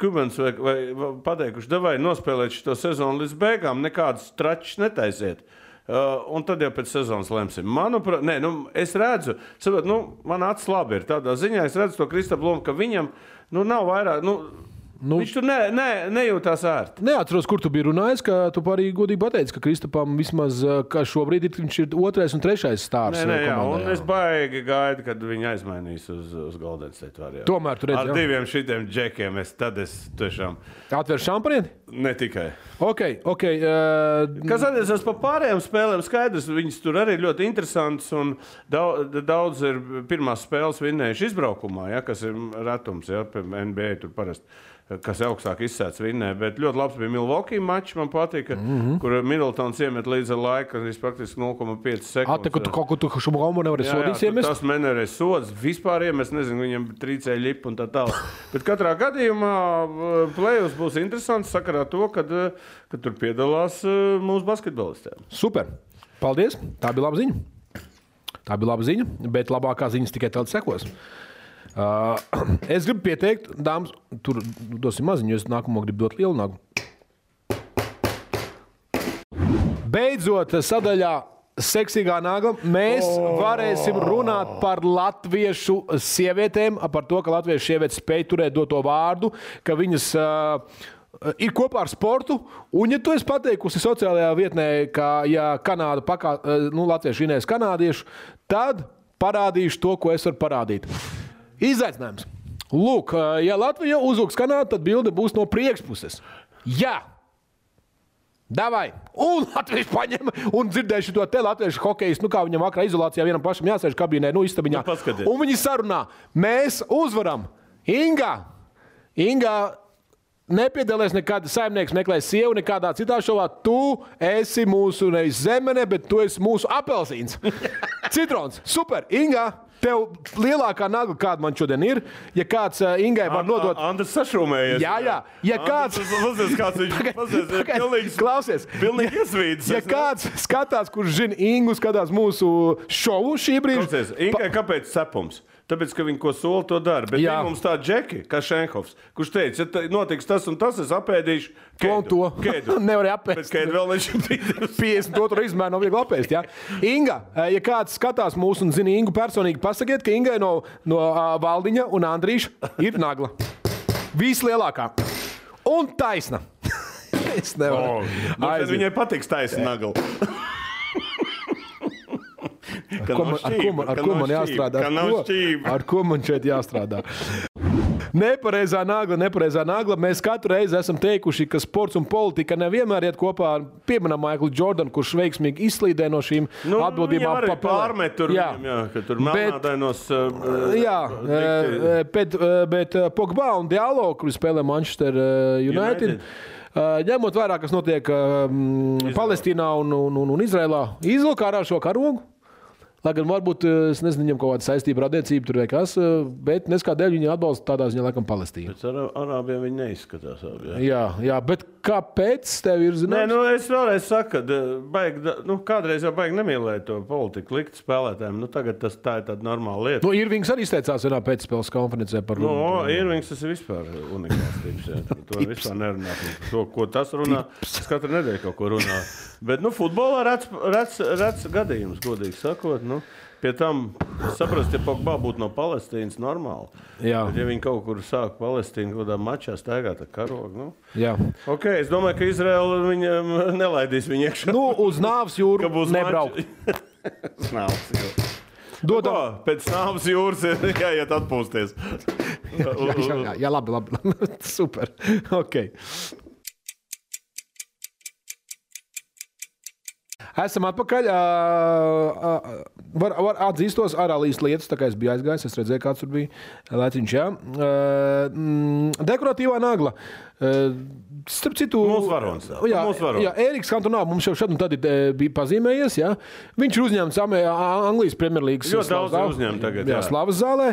Kubans vai, vai vai pateikuši, devai nospēlēt šo sezonu līdz beigām, nekādas tračas netaisiet. Uh, un tad jau pēc sezonas lemsim. Manuprāt, nē, nu, es redzu, saprot, nu, man acis labi ir tādā ziņā, es redzu to Kristapu Lomu, ka viņam nu, nav vairāk. Nu, Nu, Viņš tur ne, ne, nejūtās ērti. Neatceros, kur tu biji runājis, ka tu arī godīgi pateici, ka Kristupam vismaz ā, ka šobrīd ir, viņš ir otrais un trešais stāsts. Nē, nē, savā jā, komandā, un jā. es baigi gaidu, kad viņi aizmainīs uz, uz Golden State variantu. Tomēr tu redzi, ar jā. diviem šitiem džekiem es tad es tiešām Atver šampanieti? ne tikai. Ok, ok. Uh, Kas attiecas par pārējām spēlēm, skaidrs, viņas tur arī ļoti interesantas un daudz, daudz ir pirmās spēles vinnējuši izbraukumā, ja, kas ir retums, ja, piemēram, NBA tur parasti, kas augstāk izsēdz vinnē, bet ļoti labs bija Milwaukee mačs, man patika, mm Mhm. -hmm. kur Middletons iemet līdz ar laiku, viņš praktiski 0,5 sekundes. Atteku tu kaut ko tu šo gaumu nevari Jā, jā, sodīt. tur iemest? Tas man arī sods vispār, ja mēs nezinām, viņam trīcēja lipa un tā tālāk. Bet katrā gadījumā plēvis būs interesants sakarā to, kad, eh, kad tur piedalās eh, mūsu basketbolistiem. Super. Paldies. Tā bija laba ziņa. Tā bija laba ziņa, bet labākā ziņas tikai tad sekos. Uh, es gribu pieteikt, dāmas, tur dosim maziņu, jo es nākamo gribu dot lielu nagu. Beidzot, sadaļā seksīgā nagla mēs oh. varēsim runāt par latviešu sievietēm, par to, ka latviešu sievietes spēj turēt doto vārdu, ka viņas uh, ir kopā ar sportu. Un, ja tu esi pateikusi sociālajā vietnē, ka ja Kanāda pakā, uh, nu, latviešu vienēs kanādiešu, tad parādīšu to, ko es varu parādīt. Izaicinājums. Lūk, uh, ja Latvija uzlūks Kanādu, tad bilde būs no priekšpuses. Jā! Ja. Davai! Un Latvijas paņēma un dzirdēju to te latviešu hokeju. Nu, kā viņam vakarā izolācijā vienam pašam jāsēž kabīnē, nu, istabiņā. Nu, paskaties. un viņi sarunā, mēs uzvaram! Inga! Inga! Nepiedalīsies nekad, saimnieks meklēs sievu, nekādā citā šovā. Tu esi mūsu nevis zemene, bet tu esi mūsu apelsīns. Citrons, super! Inga! Tev lielākā nagla, kāda man šodien ir, ja kāds eh, Ingai var nodot. Andrēs sašūmējies. Jā, jā. Ja kāds- Pazies, kāds viņš pazies, ir Pagaid, pilnīgs, Klausies! pilnīgi iesvīdis. Ja nu? kāds skatās, kurš zina Ingu, skatās mūsu šovu šī brīža, nu, Klausies, Inkai, kāpēc cepums? Tāpēc, ka viņi ko sola, to dara. Bet Jā. jā. mums tāda džeki, kā Šenkovs, kurš teica, ja te- notiks tas un tas, es apēdīšu to un to Kēdu. nevarēja Bet apēst. kēdu vēl nešķiet. 52. izmēra nav viegli apēst. Ja? Inga, eh, ja kāds skatās mūsu un zina Ingu personīgi, pasakiet, ka Ingai no, no uh, Valdiņa un Andrīša ir nagla. Vislielākā. Un taisna. es nevaru. Oh, nu, tad Aiziet. viņai patiks taisnība nagla. Ka ko nav man, ar, ko šķība, man, ar ka ko nav man šķība, jāstrādā? Ka Ar nav ko, šķība. ar ko man šeit jāstrādā? Nepareizā nagla, nepareizā nagla. Mēs katru reizi esam teikuši, ka sports un politika nevienmēr iet kopā. Pieminam, Maikls Jordans, kurš veiksmīgi izslīdē no šīm Nu, atbildībām. viņam arī pa Pelé. pārmet tur, jā. Viņam, jā, ka tur melnādainos. Bet, Jā, eh, bet, eh, bet eh, Pogba un Diallo, kurš spēlē Manchester eh, United. United. eh, Ņemot vērā, kas notiek eh, mm, Palestīnā un, un, un, un Izrēlā, izlūkā ar šo karogu. Lai gan varbūt eh, es nezinu, viņam kaut kāda saistība, radniecība tur vai kas, eh, bet neskādēļ viņi atbalsta tādā ziņā, laikam, Palestīnu. Bet ar arābiem viņi neizskatās. Abi, jā. Jā, jā, bet kāpēc tev ir Nē, zināms? nu, es vēlreiz saku, ka baig, da- nu, kādreiz jau baigi nemīlēju to politiku, likt spēlētājiem. Nu, tagad tas tā ir tāda normāla lieta. Nu, ir viņas arī izteicās vienā pēcspēles konferencē par Nu, runu. Irvings tas ir vispār unikāls tips. jā. Par To vispār nerunā. Par To, ko tas runā, es katru nedēļu kaut ko runā. Bet, nu, futbolā rats, rats, rats gadījums, godīgi sakot. Nu. Pie tam saprast, ja Pogba būtu no Palestīnas, normāli. Jā. Bet, ja viņi kaut kur sāk Palestīnu, kaut kādā mačā staigāt ar karogu, nu. Jā. Ok, es domāju, ka Izraela viņam nelaidīs viņu iekšā. Nu, uz nāves jūru Ka būs nebraukt. Snāvs, jā. Dodam, Ko? Pēc snāvs jūras ir jāiet atpūsties. jā, jā, jā, jā, labi, labi. Super. Okay. Esam atpakaļ. ā, ā, Var, var atzīstos ar Alijas lietas, tā kā es biju aizgājis. Es redzēju, kāds tur bija lēciņš. Jā. Ā, mm, Dekoratīvā nagla. Ā, Starp citu, Mūsu varonis, jā. Jā, Mūsu varonis. jā, Eriks Kantonā mums jau šad un tad ir, ā, bija pazīmējies. Jā. Viņš ir uzņēmis Amē- Ā- Anglijas Premjerlīgas Ļoti slavas daudz ir zāli. uzņēmi tagad, Jā, jā. Slavas zālē.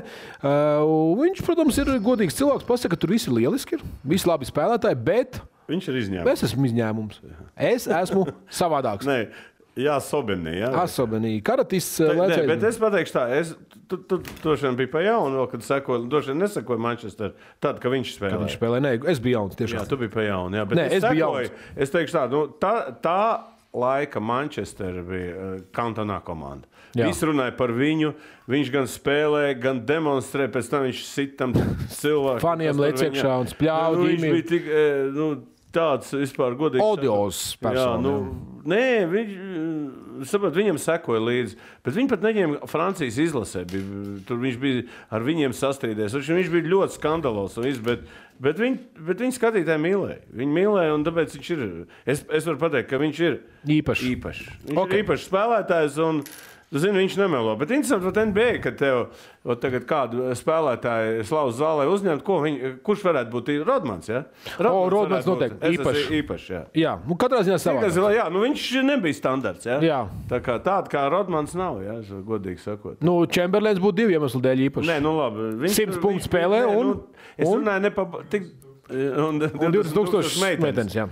Uh, viņš, protams, ir godīgs cilvēks. Pasaka, ka tur viss ir lieliski, ir visi labi spēlētāji, bet Viņš ir izņēmums. es esmu izņēmums. Es esmu savādāks. Nē, jā, Sobinī. Jā. Asobenī, karatists, Tā- Nē, bet lecējums. es pateikšu, tā, es tu- tu- tu droši vien biju pa jaunu, vēl, kad sekoju, droši vien nesekoju Manchester, tad, kad viņš spēlēja. Viņš spēlē, nē, es biju jauns tiešām. Jā, tu biji pa jaunu. Jā, bet Nē, es, es biju sekoju, es teikšu tā, nu, tā, tā laika Manchester bija eh, kantonā komanda. Jā. Visi runāja par viņu. Viņš gan spēlē, gan demonstrē. Pēc tam viņš sitam cilvēku. Faniem kas par lec viņu- iekšā un spļāva Nu, viņš ģimeni. bija tik, eh, nu, tāds vispār godīgs. Odiozs Jā, persona, nu, nē, viņš, eh, saprot, viņam sekoja līdzi. Bet viņi pat neņēma Francijas izlasē. Bija, tur viņš bija ar viņiem sastrīdies. Viņš, viņš bija ļoti skandalos. un Viss, bet, bet viņi, bet viņi skatītāji mīlēja. Viņi mīlēja, un tāpēc viņš ir. Es, es varu pateikt, ka viņš ir Īpašs. īpašs. Viņš okay. Ok. ir īpašs spēlētājs. Un, tu Zini, viņš nemelo. Bet interesanti, ka NBA, ka tev ot tagad kādu spēlētāju slavu zālē uzņemt, ko viņ, kurš varētu būt ī- Rodmans. Ja? O, Rodmans varētu būt. noteikti Es esmu īpašs. īpašs jā. Jā, nu katrā ziņā savā. Tas ir, jā, nu viņš nebija standarts. Jā. Jā. Tā kā tāda kā Rodmans nav, jā, es- godīgi sakot. Nu, Čemberlēns būtu divu iemeslu dēļ īpaši. Nē, nu labi. Viņš 100 punktu spēlē nē, un- nu, Es un- runāju ne par. Tik, un, Un 20,000 meitenes. jā.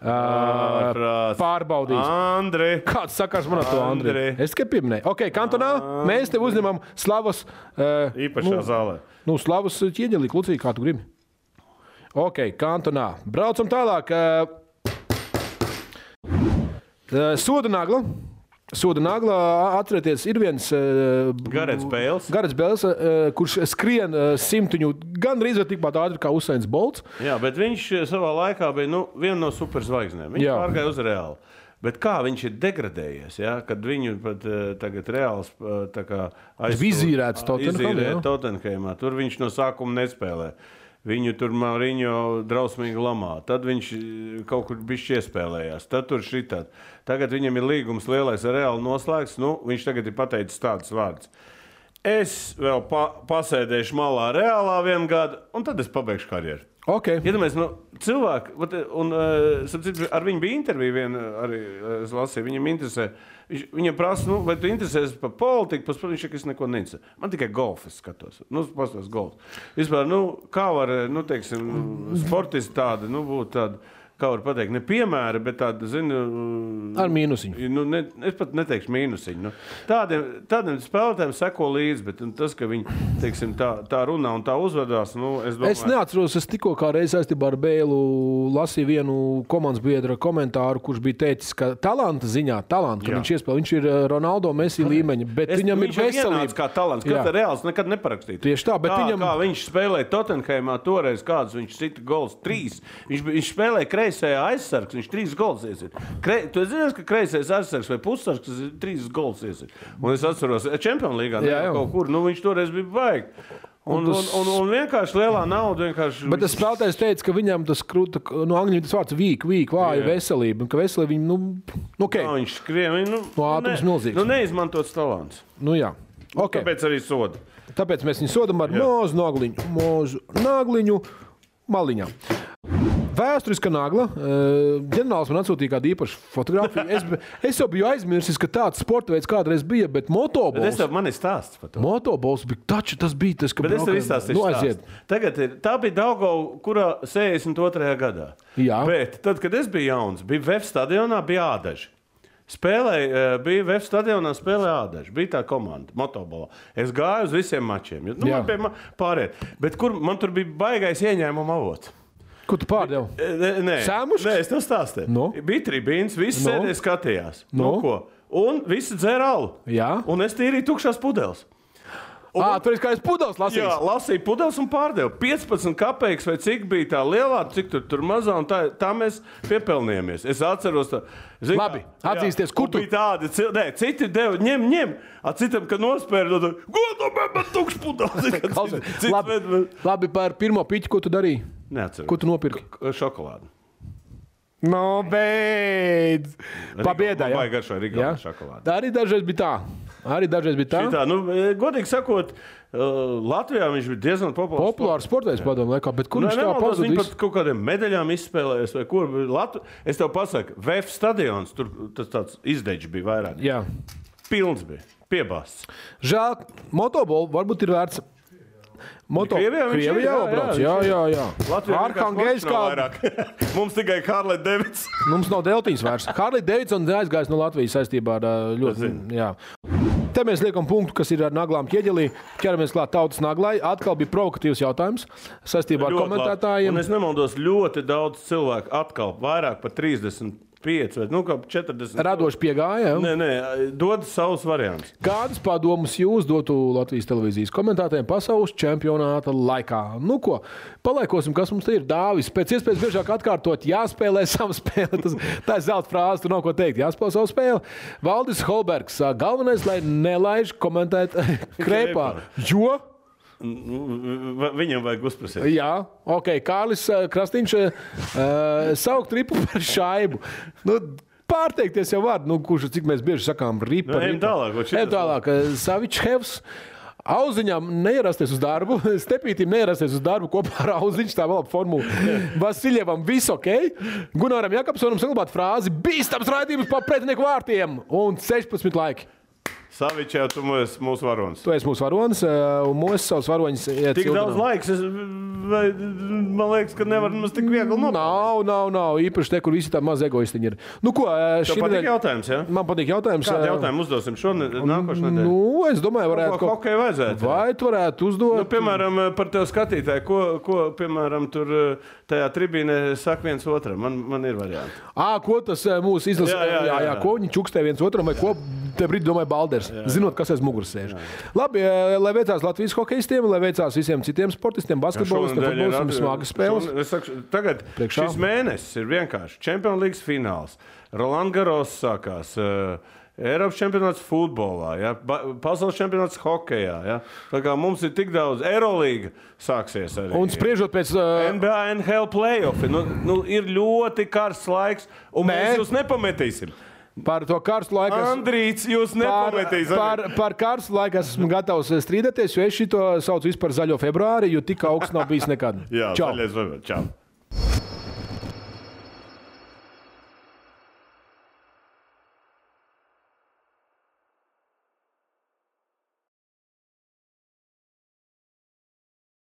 Eh, Ā, Ārprāts. Pārbaudīs. Andri. Kāds sakars man ar to, Andrej? Andrej. Es tikai pieminēju. Ok, kantonā mēs te uzņemam slavas. Uh, Īpašā nu, zālē. Nu, slavas ķieģelī, klucīgi, kā tu gribi. Ok, kantonā. Braucam tālāk. eh, Soda nagla. Soda nagla, atcerieties, ir viens eh, Garets Bēls. Garets Bēls, eh, kurš skrien eh, simtiņu gandrīz vai tikpat ātri kā Usains Bolts. Jā, bet viņš eh, savā laikā bija nu, viena no superzvaigznēm. Viņš Jā. pārgāja uz reāli. Bet kā viņš ir degradējies, ja? kad viņu pat eh, tagad reāls eh, tā kā aizsū- Izīrēts Tottenhamā, izīrē jā. Tottenhamā. Tur viņš no sākuma nespēlē. Viņu tur Mauriņo drausmīgi lamā. Tad viņš eh, kaut kur bišķi iespēlējās. Tad tur šitā. Tagad viņam ir līgums lielais ar reāli noslēgts. Nu, viņš tagad ir pateicis tādus vārdus. Es vēl pa pasēdēšu malā reālā vienu gadu, un tad es pabeigšu karjeru. Ok, Iedomājieties, nu, cilvēki, vat, un eh, starp citu, ar viņu bija intervija, viena arī eh, es lasīju, viņam interesē. Viņš, viņam prasa, nu, vai tu interesēsies par politiku, par sportu, viņš saka, es neko neinteresē. Man tikai golfu es skatos. Nu, pastāst golfu. Vispār, nu, kā var, eh, nu, teiksim, sportisti tādi, nu, būt tādi, kā var pateikt, ne piemēri, bet tādi, zinu, eh, ar mīnusiņu. Nu, ne, es pat neteikšu mīnusiņu. Nu, tādiem, tādiem spēlētājiem seko līdzi, bet nu, tas, ka viņi teiksim, tā, tā runā un tā uzvedās, nu, es domāju, Es neatceros, es tikko kā reizē saistībā ar Bēlu lasīju vienu komandas biedra komentāru, kurš bija teicis, ka talanta ziņā, talanta, ka Jā. viņš iespēlē, viņš ir eh, Ronaldo Messi līmeņa, bet es, viņam ir viņš veselība. Kā talants, Jā. kas reāls nekad neparakstīja. Tieši tā, bet kā, viņam- kā viņš spēlēja Tottenhamā, toreiz kādus viņš sita gols, trīs. Viņš, bija- viņš spēlēja kreisajā aizsargs, viņš trīs gols iesita. Kre, tu zini, ka kreisais aizsargs vai pussargs tas ir trīs gols iesita. Un es atceros, eh, Čempionu līgā Jā, jā, jā. kaut kur, nu viņš toreiz bija baigts. Un, un, un, un vienkārši lielā nauda. Vienkārši Bet tas spēlētājs teica, ka viņam tas krūta, no angļu tas vārds vīk, vīk, vāja Jā. veselība, un ka veselība viņam, nu, nu, ok, Kā viņš skrien, viņš nu, No ātrums nu, milzīgs. ne, nu, neizmantots talants. nu jā. Okay. Okay. Tāpēc arī soda. Tāpēc mēs viņu sodām ar mazu nogliņu, mazu nogliņu maliņā. Vēsturiska nagla. eh, Ģenerālis man atsūtīja kādu īpašu fotografiju. Es, be- es jau biju aizmirsis, ka tāds sporta veids kādreiz bija, bet Bet es motobols. tev, man ir stāsts par to. Motobols bija taču tas bija tas, ka Bet es tev braukājām- izstāstīju, Nu, nu, aiziet. tagad ir. Tā bija Daugava, kurā 72. gadā. Jā. Bet tad, kad es biju jauns, bija VF stadionā, bija ādaži. Spēlēja, eh, bija VF stadionā, spēlēja ādaži. Bija tā komanda, motobola. Es gāju uz visiem mačiem. jo, Nu, Jā. man bija ma- pārējie. Bet kur man tur bija baigais ieņēmuma avots? Ko tu pārdevi? Eh, Nē, nē. Sēmuškas? nē es tev stāstīju. Nu? Bija tribīns, viss Nu? no. sēdēja, skatījās. Nu? Nu, ko? Un visi dzēra alu. Jā. Un es tīrīju tukšās pudeles. Un- Ā, tur ir kāds pudeles Jā, lasījis. lasīju pudeles un pārdevu. 15 kopēks vai cik bija tā lielā, cik tur, tur mazā, un tā, tā mēs piepelnījāmies. Es atceros, tā, zin, Labi, kā- jā, atzīsties, kur un tu- bija tādi. cil- Nē, citi deva, ņem, ņem. A citam, kad nospērta, tad godam, bet tukšs Klausies, pudeles. Labi, labi, par pirmo piķu, ko tu darīji? Neatceros. Ko tu nopirki? K- Šokolādi. No beidz! Pabiedāji! Vai garšai Rīgā šokolādi. Tā arī dažreiz bija tā. Arī dažreiz bija tā. Šitā, nu, e, godīgi sakot, e, Latvijā viņš bija diezgan populārs. Populārs sports padomu laikā, bet kur Nē, viņš tā Nu, nemaldos, viņi pazudis? pat kaut kādiem medaļām izspēlējās. vai Kur, bija Latu... Es tev pasaku, VF stadions, tur tas tāds izdeģis bija vairāk. Jā. Pilns bija. Piebāsts. Žēl, motobolu varbūt ir vērts. Moto... Krievijā viņš ir, Krievijā jā, jau brauc. Jā, jā, jā, jā. Arhangēļskā kā. Mums tikai Karla Devits. mums nav deltiņas vairs. Harley Davidsons aizgājis no Latvijas saistībā ar ā, ļoti. Jā. Te mēs liekam punktu, kas ir ar naglām ķieģelī. Ķeramies klāt tautas naglai. Atkal bija provokatīvs jautājums saistībā ar Ļoti labi. komentētājiem. Un es nemaldos, ļoti daudz cilvēku, atkal vairāk par 30 5 vai nu, kā 40. Radoši piegāja. jā? Nē, nē, dod savus variantus. Kādas padomus jūs dotu Latvijas televīzijas komentētājiem pasaules čempionāta laikā? Nu, ko, paliekosim, kas mums te ir dāvis. Pēc iespējas biežāk atkārtot, jāspēlē savu spēli. Tas, tā ir zelta frāze, tur nav ko teikt. Jāspēlē savu spēli. Valdis Holbergs, ā, galvenais, lai nelaiž komentēt krēpā. Jo? Nu, va- Viņam vajag uzprasīt. Jā, ok, Kārlis ā, Krastīņš ā, ā, saukt ripu par šaibu. Nu, Pārteikties jau var, nu, kurš cik mēs bieži sakām, ripa. Nu, ejam ripa. tālāk, vai šitas Ejam tālāk. eh, Savičs. Auziņam neierasties uz darbu, stepītam neierasties uz darbu kopā ar auziņu, tā vēl ap formulu. Vasiljevam viss ok. Gunaram Jakobsonam saglabāt frāzi - bīstams raidījums pa pretinieku vārtiem un 16 laiki. Savičs jau tu mūs- mūsu varonis. Tu esi mūsu varonis ā, un mūsu eh, savus varoņus. Tik daudz laiks, es, vai, man liekas, ka nevar mums tik viegli nopelnīt. Nav, nav, nav. Īpaši te, kur visi tā maza egoistiņi ir. Nu, ko, ā, šī Tev patīk nedēļa- jautājums, jā? Ja? Man patīk jautājums. Kādu ā, jautājumu uzdosim šonadēļ, nākošajā nedēļā? Nu, es domāju, varētu Ko kaut hokeju vajadzētu? Vai tu varētu Nu, uzdot? piemēram, par tevu skatītāju, ko, ko piemēram, tur eh, tajā tribīnē saka viens otram. Man, man ir varianti. Ā, ko tas ā, mūsu izlasīja? Jā, jā, jā, jā. ko viņi čukstē viens otram, vai ko te brīdi domāja Balders, zinot, kas aiz muguras sēž. Labi, ā, lai veicās Latvijas hokeistiem, lai veicās visiem citiem sportistiem, basketbolistiem, Šonadēļ ir futbolistiem, at- smagas spēles. šon- es Saku, tagad Priekšā. šis mēnesis ir vienkārši Champions League fināls. Roland Garros sākās. eh, Eiropas čempionāts futbolā, ja? ba- pasaules čempionāts hokeja. Ja? Tā kā mums ir tik daudz, Eirolandes sāksies arī. Un spriežot pēc. ā, NBA, NHL playoffs. Nu, nu, ir ļoti karsts laiks, un Nē. Nē. mēs jūs nepametīsim. Par to karstu laiku. es- Andrīts, jūs Par, nepametīsiet. par, par karstu laiku es esmu gatavs strīdēties, jo es šo saucu vispār par zaļo februāri, jo tik augsts nav bijis nekad. Jā, Čau! zaļais vēl. Čau!